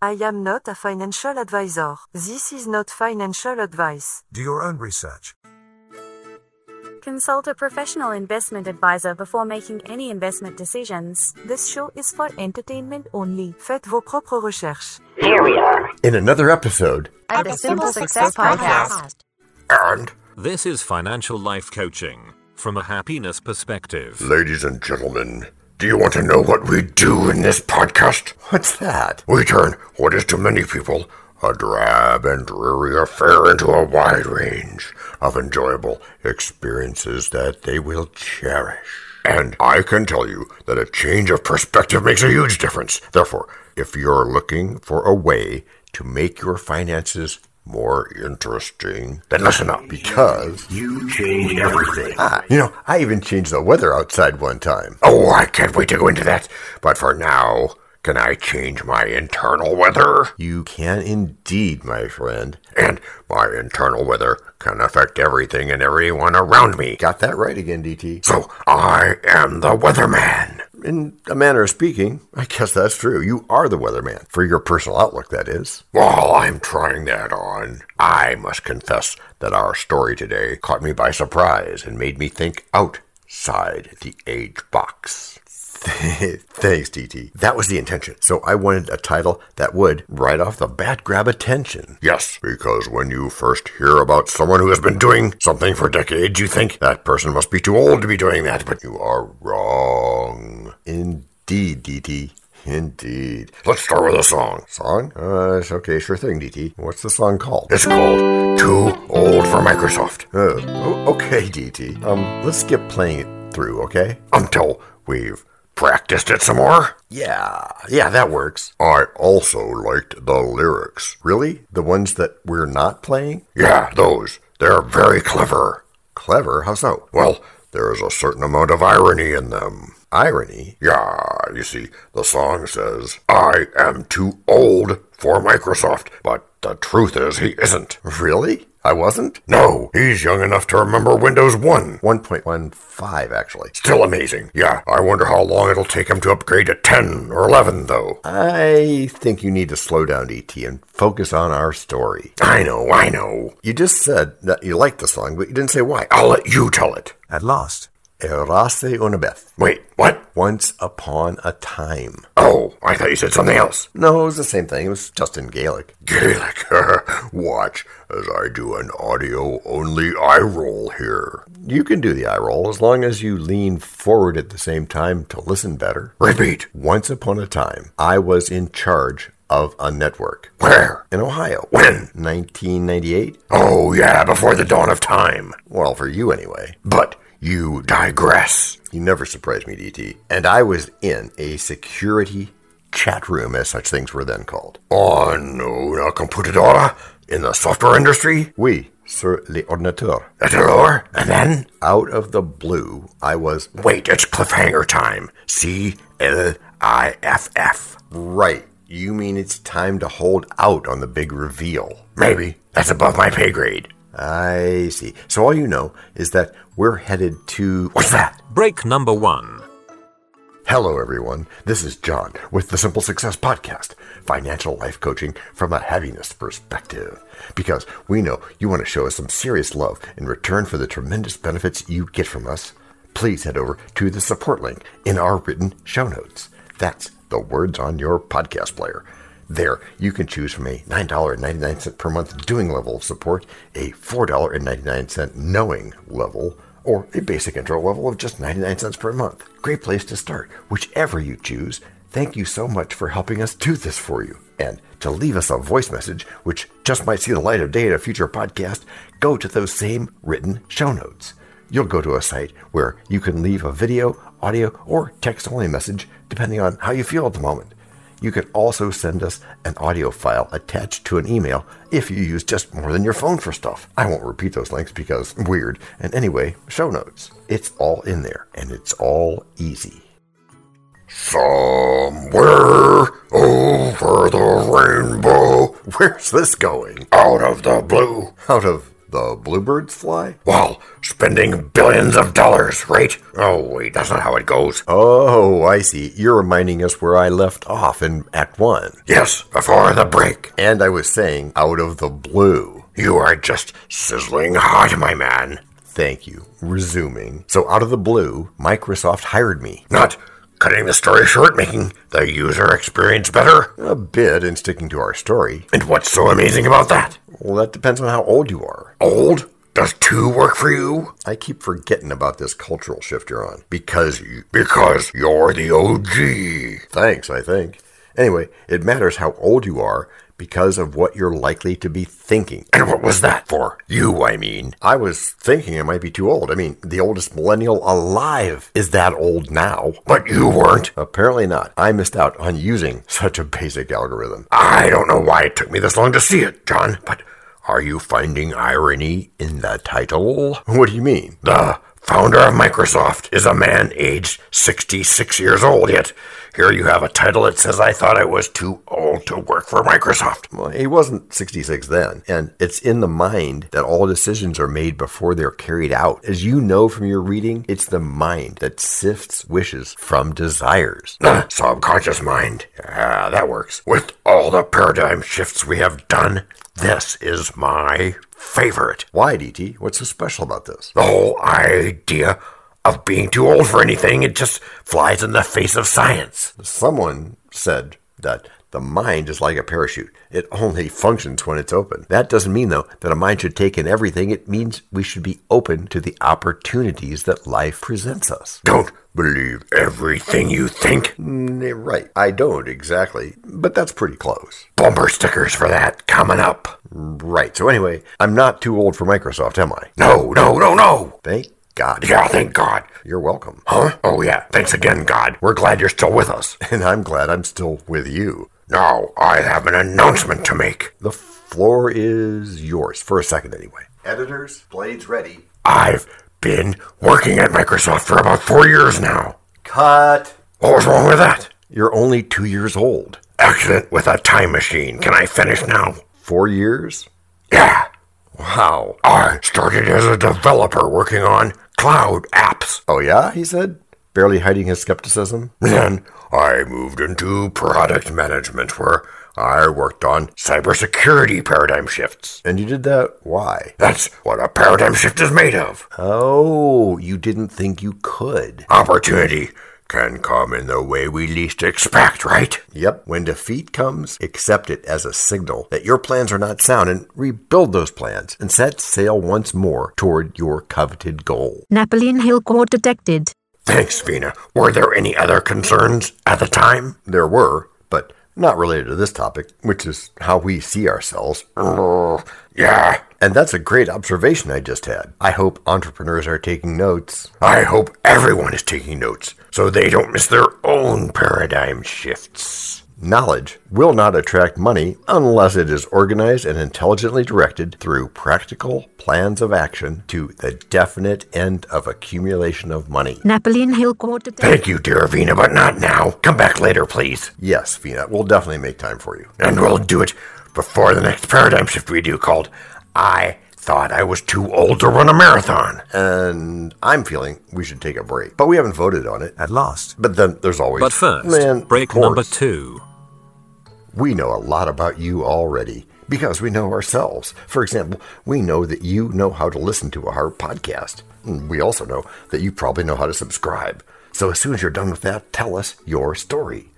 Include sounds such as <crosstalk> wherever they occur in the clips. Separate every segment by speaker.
Speaker 1: I am not a financial advisor. This is not financial advice.
Speaker 2: Do your own research.
Speaker 3: Consult a professional investment advisor before making any investment decisions.
Speaker 1: This show is for entertainment only. Faites vos propres recherches.
Speaker 4: In another episode,
Speaker 3: At the Simple Success Podcast.
Speaker 4: and
Speaker 5: This is financial life coaching from a happiness perspective.
Speaker 4: ladies and gentlemen, do you want to know what we do in this podcast? What's that? We turn what is to many people a drab and dreary affair into a wide range of enjoyable experiences that they will cherish. And I can tell you that a change of perspective makes a huge difference. Therefore, if you're looking for a way to make your finances more interesting, then listen up because you changed everything. Ah, you know, I even changed the weather outside one time. Oh, I can't wait to go into that. But for now, can I change my internal weather? You can indeed, my friend. And my internal weather can affect everything and everyone around me. Got that right again, DT. So I am the weatherman. In a manner of speaking, I guess that's true. You are the weatherman. For your personal outlook, that is. While I'm trying that on, I must confess that our story today caught me by surprise and made me think outside the age box. <laughs> Thanks, DT. That was the intention. So I wanted a title that would, right off the bat, grab attention. Yes, because when you first hear about someone who has been doing something for decades, you think that person must be too old to be doing that, but you are wrong. Indeed, DT. Indeed. Let's start with a song. Song? Uh, it's okay, sure thing, DT. What's the song called? It's called Too Old for Microsoft. Oh, o- okay, DT. Um, let's skip playing it through, okay? Until we've practiced it some more? Yeah, yeah, that works. I also liked the lyrics. Really? The ones that we're not playing? Yeah, those. They're very clever. Clever? How so? Well, there is a certain amount of irony in them. Irony? Yeah, you see, the song says, I am too old for Microsoft, but the truth is he isn't. <laughs> Really? I wasn't? No, he's young enough to remember Windows 1. 1.15, actually. Still amazing. Yeah, I wonder how long it'll take him to upgrade to 10 or 11, though. I think you need to slow down, ET, and focus on our story. I know, I know. You just said that you liked the song, but you didn't say why. I'll let you tell it.
Speaker 2: At last,
Speaker 4: Erase una vez.
Speaker 2: wait, what?
Speaker 4: Once upon a time.
Speaker 2: Oh, I thought you said something else.
Speaker 4: No, it was the same thing. It was just in Gaelic.
Speaker 2: Gaelic. uh-huh.
Speaker 4: Watch as I do an audio only eye roll here. You can do the eye roll as long as you lean forward at the same time to listen better.
Speaker 2: Repeat.
Speaker 4: Once upon a time, I was in charge of a network
Speaker 2: Where?
Speaker 4: in Ohio.
Speaker 2: When?
Speaker 4: 1998?
Speaker 2: Oh, yeah, before the dawn of time.
Speaker 4: Well, for you anyway.
Speaker 2: But you digress.
Speaker 4: You never surprised me, DT. And I was in a security chat room, as such things were then called.
Speaker 2: On una computadora? In the software industry?
Speaker 4: Oui, sur les ordinateurs.
Speaker 2: At the door? And then?
Speaker 4: Out of the blue, I was
Speaker 2: Wait, it's cliffhanger time. C L I F F.
Speaker 4: Right. You mean it's time to hold out on the big reveal?
Speaker 2: Maybe. That's above my pay grade.
Speaker 4: I see. So all you know is that we're headed to.
Speaker 2: What's that?
Speaker 5: Break number one.
Speaker 4: Hello, everyone. This is John with the Simple Success Podcast, financial life coaching from a happiness perspective. Because we know you want to show us some serious love in return for the tremendous benefits you get from us. Please head over to the support link in our written show notes. That's the words on your podcast player. There, you can choose from a $9.99 per month doing level of support, a $4.99 knowing level, or a basic intro level of just 99 cents per month. Great place to start, whichever you choose. Thank you so much for helping us do this for you. And to leave us a voice message, which just might see the light of day in a future podcast, go to those same written show notes. You'll go to a site where you can leave a video, audio, or text only message, depending on how you feel at the moment. You can also send us an audio file attached to an email if you use just more than your phone for stuff. I won't repeat those links because weird. And anyway, show notes. It's all in there and it's all easy.
Speaker 2: Somewhere over the rainbow,
Speaker 4: Where's this going?
Speaker 2: out of the blue,
Speaker 4: Out of The bluebirds fly?
Speaker 2: While spending billions of dollars, right? Oh, wait, that's not how it goes.
Speaker 4: Oh, I see. You're reminding us where I left off in Act 1.
Speaker 2: Yes, before the break.
Speaker 4: And I was saying, out of the blue.
Speaker 2: You are just sizzling hot, my man.
Speaker 4: Thank you. Resuming. So, out of the blue, Microsoft hired me.
Speaker 2: Not cutting the story short, making the user experience better.
Speaker 4: A bit in sticking to our story.
Speaker 2: And what's so amazing about that?
Speaker 4: Well, that depends on how old you are.
Speaker 2: Old? Does two work for you?
Speaker 4: I keep forgetting about this cultural shift you're on. Because you.
Speaker 2: Because you're the OG.
Speaker 4: Thanks, I think. Anyway, it matters how old you are because of what you're likely to be thinking. <clears throat>
Speaker 2: And what was that for? You, I mean.
Speaker 4: I was thinking I might be too old. I mean, the oldest millennial alive is that old now.
Speaker 2: But you weren't.
Speaker 4: Apparently not. I missed out on using such a basic algorithm.
Speaker 2: I don't know why it took me this long to see it, John, but are you finding irony in the title?
Speaker 4: What do you mean?
Speaker 2: The founder of Microsoft is a man aged 66 years old, yet here you have a title that says I thought I was too old to work for Microsoft.
Speaker 4: Well, he wasn't 66 then, and it's in the mind that all decisions are made before they're carried out. As you know from your reading, it's the mind that sifts wishes from desires.
Speaker 2: The <clears throat> subconscious mind. Yeah, that works. With all the paradigm shifts we have done, this is my favorite.
Speaker 4: Why, DT? What's so special about this?
Speaker 2: The whole idea of being too old for anything. It just flies in the face of science.
Speaker 4: Someone said that the mind is like a parachute. It only functions when it's open. That doesn't mean, though, that a mind should take in everything. It means we should be open to the opportunities that life presents us.
Speaker 2: Don't believe everything you think.
Speaker 4: Mm, right. I don't exactly, but that's pretty close.
Speaker 2: Bumper stickers for that coming up.
Speaker 4: Right. So, anyway, I'm not too old for Microsoft, am I?
Speaker 2: No, no, no, no.
Speaker 4: Thank God.
Speaker 2: Yeah, thank God.
Speaker 4: You're welcome.
Speaker 2: Huh? Oh, yeah. Thanks again, God. We're glad you're still with us. <laughs>
Speaker 4: And I'm glad I'm still with you.
Speaker 2: Now, I have an announcement to make.
Speaker 4: The floor is yours, for a second anyway. Editors, blades ready.
Speaker 2: I've been working at Microsoft for about four years now.
Speaker 4: Cut.
Speaker 2: What was wrong with that?
Speaker 4: You're only two years old.
Speaker 2: Accident with a time machine. Can I finish now?
Speaker 4: Four years?
Speaker 2: Yeah.
Speaker 4: Wow.
Speaker 2: I started as a developer working on cloud apps.
Speaker 4: Oh, yeah, he said, barely hiding his skepticism.
Speaker 2: Then I moved into product management where I worked on cybersecurity paradigm shifts.
Speaker 4: And you did that? Why?
Speaker 2: That's what a paradigm shift is made of.
Speaker 4: Oh, you didn't think you could.
Speaker 2: Opportunity can come in the way we least expect, right?
Speaker 4: Yep. When defeat comes, accept it as a signal that your plans are not sound and rebuild those plans and set sail once more toward your coveted goal.
Speaker 6: Napoleon Hill Court detected.
Speaker 2: Thanks, Vina. Were there any other concerns at the time?
Speaker 4: There were, but not related to this topic, which is how we see ourselves.
Speaker 2: <sighs> yeah.
Speaker 4: And that's a great observation I just had. I hope entrepreneurs are taking notes.
Speaker 2: I hope everyone is taking notes so they don't miss their own paradigm shifts.
Speaker 4: Knowledge will not attract money unless it is organized and intelligently directed through practical plans of action to the definite end of accumulation of money.
Speaker 6: Napoleon Hill Court detected.
Speaker 2: Thank you, dear Vina, but not now. Come back later, please.
Speaker 4: Yes, Vina, we'll definitely make time for you.
Speaker 2: And we'll do it before the next paradigm shift we do called I thought I was too old to run a marathon.
Speaker 4: And I'm feeling we should take a break. But we haven't voted on it.
Speaker 7: At last.
Speaker 4: But then there's always.
Speaker 5: But first,
Speaker 4: Man,
Speaker 5: break
Speaker 4: of course.
Speaker 5: number two.
Speaker 4: We know a lot about you already because we know ourselves. For example, we know that you know how to listen to our podcast. And We also know that you probably know how to subscribe. So as soon as you're done with that, tell us your story.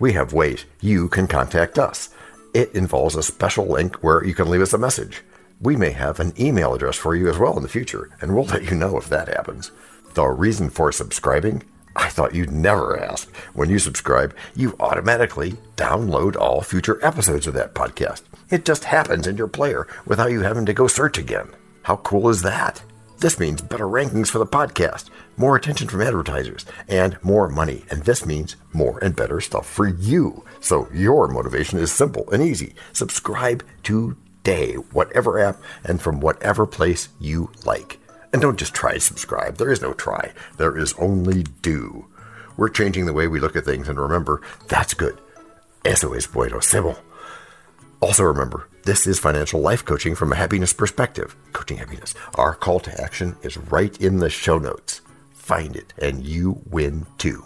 Speaker 4: We have ways you can contact us. It involves a special link where you can leave us a message. We may have an email address for you as well in the future, and we'll let you know if that happens. The reason for subscribing? I thought you'd never ask. When you subscribe, you automatically download all future episodes of that podcast. It just happens in your player without you having to go search again. How cool is that? This means better rankings for the podcast, more attention from advertisers, and more money. And this means more and better stuff for you. So your motivation is simple and easy. Subscribe today, whatever app and from whatever place you like. And don't just try to subscribe. There is no try. There is only do. We're changing the way we look at things, and remember, that's good. Eso es bueno, Sybil. Also, remember, this is financial life coaching from a happiness perspective. Coaching happiness. Our call to action is right in the show notes. Find it, and you win too.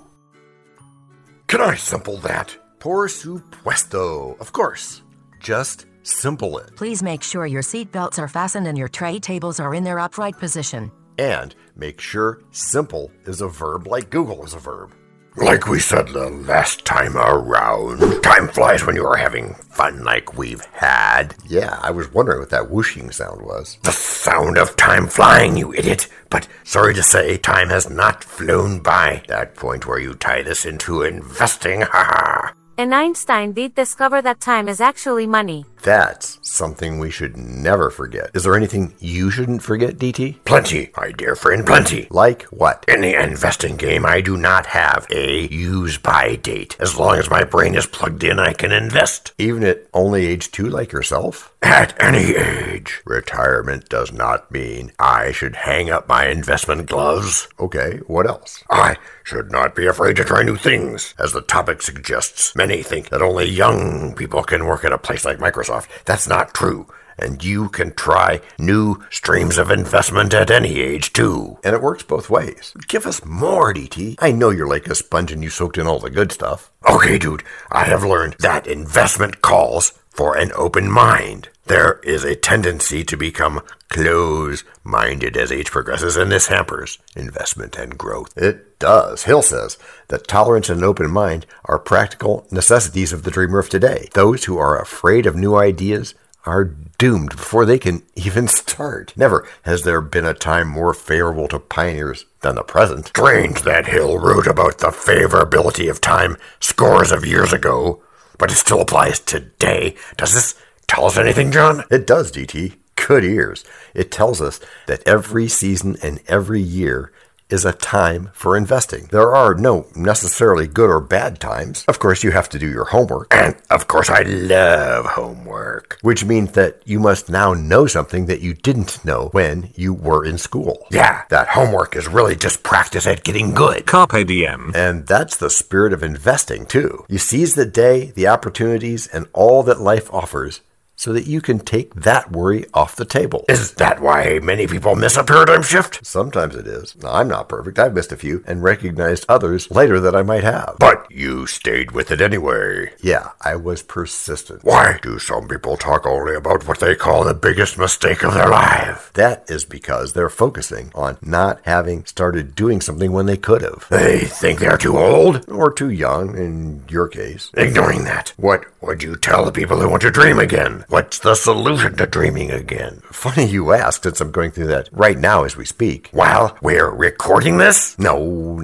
Speaker 2: Can I simple that?
Speaker 4: Por supuesto. Of course. Just simple it.
Speaker 7: Please make sure your seatbelts are fastened and your tray tables are in their upright position.
Speaker 4: And make sure simple is a verb like Google is a verb.
Speaker 2: Like we said the last time around, time flies when you are having fun like we've had.
Speaker 4: Yeah, I was wondering what that whooshing sound was.
Speaker 2: The sound of time flying, you idiot. But sorry to say, time has not flown by. That point where you tie this into investing, haha.
Speaker 3: And Einstein did discover that time is actually money.
Speaker 4: That's something we should never forget. Is there anything you shouldn't forget, DT?
Speaker 2: Plenty, my dear friend, plenty.
Speaker 4: Like what?
Speaker 2: In the investing game, I do not have a use by date. As long as my brain is plugged in, I can invest.
Speaker 4: Even at only age two, like yourself?
Speaker 2: At any age.
Speaker 4: Retirement does not mean
Speaker 2: I should hang up my investment gloves.
Speaker 4: Okay, what else?
Speaker 2: I should not be afraid to try new things. As the topic suggests, many think that only young people can work at a place like Microsoft. That's not true. And you can try new streams of investment at any age, too.
Speaker 4: And it works both ways. Give us more, DT. I know you're like a sponge and you soaked in all the good stuff.
Speaker 2: Okay, dude, I have learned that investment calls for an open mind. There is a tendency to become close minded as age progresses, and this hampers investment and growth.
Speaker 4: It does. Hill says that tolerance and an open mind are practical necessities of the dreamer of today. Those who are afraid of new ideas are doomed before they can <laughs> even start. Never has there been a time more favorable to pioneers than the present.
Speaker 2: Strange that Hill wrote about the favorability of time scores of years ago, but it still applies today. Does this tell us anything, John?
Speaker 4: It does, DT. Good ears. It tells us that every season and every year is a time for investing. There are no necessarily good or bad times. Of course, you have to do your homework.
Speaker 2: And of course, I love homework.
Speaker 4: Which means that you must now know something that you didn't know when you were in school.
Speaker 2: Yeah, that homework is really just practice at getting good.
Speaker 5: Carpe diem.
Speaker 4: And that's the spirit of investing, too. You seize the day, the opportunities, and all that life offers so that you can take that worry off the table.
Speaker 2: Is that why many people miss a paradigm shift?
Speaker 4: Sometimes it is. Now, I'm not perfect. I've missed a few and recognized others later that I might have.
Speaker 2: But you stayed with it anyway.
Speaker 4: Yeah, I was persistent.
Speaker 2: Why do some people talk only about what they call the biggest mistake of their life?
Speaker 4: That is because they're focusing on not having started doing something when they could have.
Speaker 2: They think they're too old?
Speaker 4: Or too young, in your case.
Speaker 2: Ignoring that, what would you tell the people who want to dream again? What's the solution to dreaming again?
Speaker 4: Funny you ask, since I'm going through that right now as we speak.
Speaker 2: While we're recording this?
Speaker 4: No,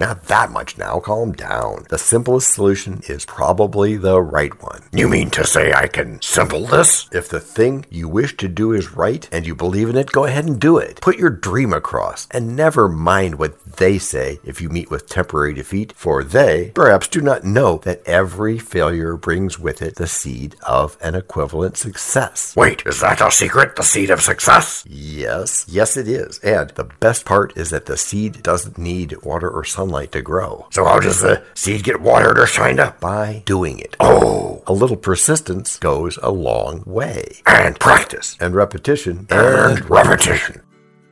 Speaker 4: not that much now. Calm down. The simplest solution is probably the right one.
Speaker 2: You mean to say I can simple this?
Speaker 4: If the thing you wish to do is right and you believe in it, go ahead and do it. Put your dream across and never mind what they say if you meet with temporary defeat, for they perhaps do not know that every failure brings with it the seed of an equivalent success.
Speaker 2: Wait, is that our secret? The seed of success?
Speaker 4: Yes, yes, it is. And the best part is that the seed doesn't need water or sunlight to grow.
Speaker 2: So, how does the seed get watered or shined up?
Speaker 4: By doing it.
Speaker 2: Oh,
Speaker 4: a little persistence goes a long way.
Speaker 2: And practice.
Speaker 4: And repetition.
Speaker 2: And, repetition.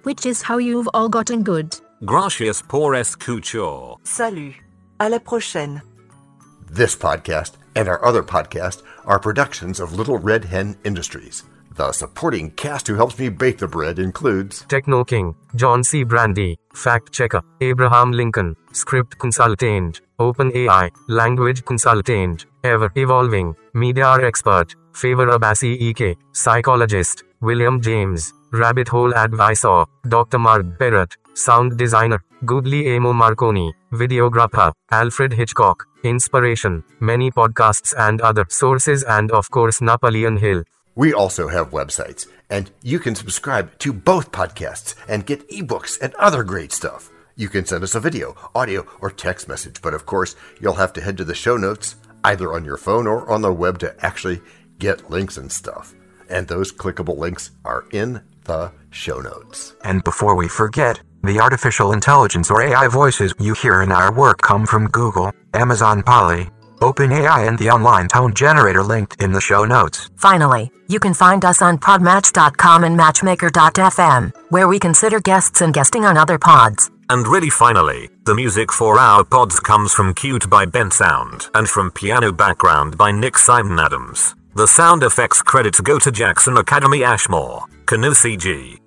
Speaker 6: Which is how you've all gotten good.
Speaker 5: Gracias por escuchar.
Speaker 1: Salut. À la prochaine.
Speaker 4: This podcast and our other podcast are productions of Little Red Hen Industries. The supporting cast who helps me bake the bread includes
Speaker 8: Techno King, John C. Brandy, Fact Checker, Abraham Lincoln, Script Consultant, OpenAI, Language Consultant, Ever Evolving, Media Expert, Favor Abassi EK, E Psychologist, William James, Rabbit Hole Advisor, Dr. Mark Perrott, Sound Designer, Guglielmo Marconi, Videographer, Alfred Hitchcock, Inspiration, many podcasts and other sources, and of course, Napoleon Hill.
Speaker 4: We also have websites, and you can subscribe to both podcasts and get ebooks and other great stuff. You can send us a video, audio, or text message, but of course, you'll have to head to the show notes either on your phone or on the web to actually get links and stuff. And those clickable links are in the show notes.
Speaker 9: And before we forget, the artificial intelligence or AI voices you hear in our work come from Google, Amazon Polly, OpenAI and the online tone generator linked in the show notes.
Speaker 7: Finally, you can find us on podmatch.com and matchmaker.fm, where we consider guests and guesting on other pods.
Speaker 5: And really finally, the music for our pods comes from Cute by Ben Sound and from Piano Background by Nick Simon Adams. The sound effects credits go to Jackson Academy Ashmore, Canoe CG,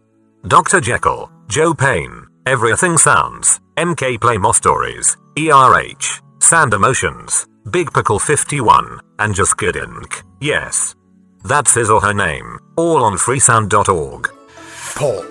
Speaker 5: Dr. Jekyll, Joe Payne, Everything Sounds, MK Playmore Stories, ERH, Sand Emotions, Big Pickle 51, and Just Kiddink. Yes. That's his or her name. All on freesound.org.
Speaker 2: Paul,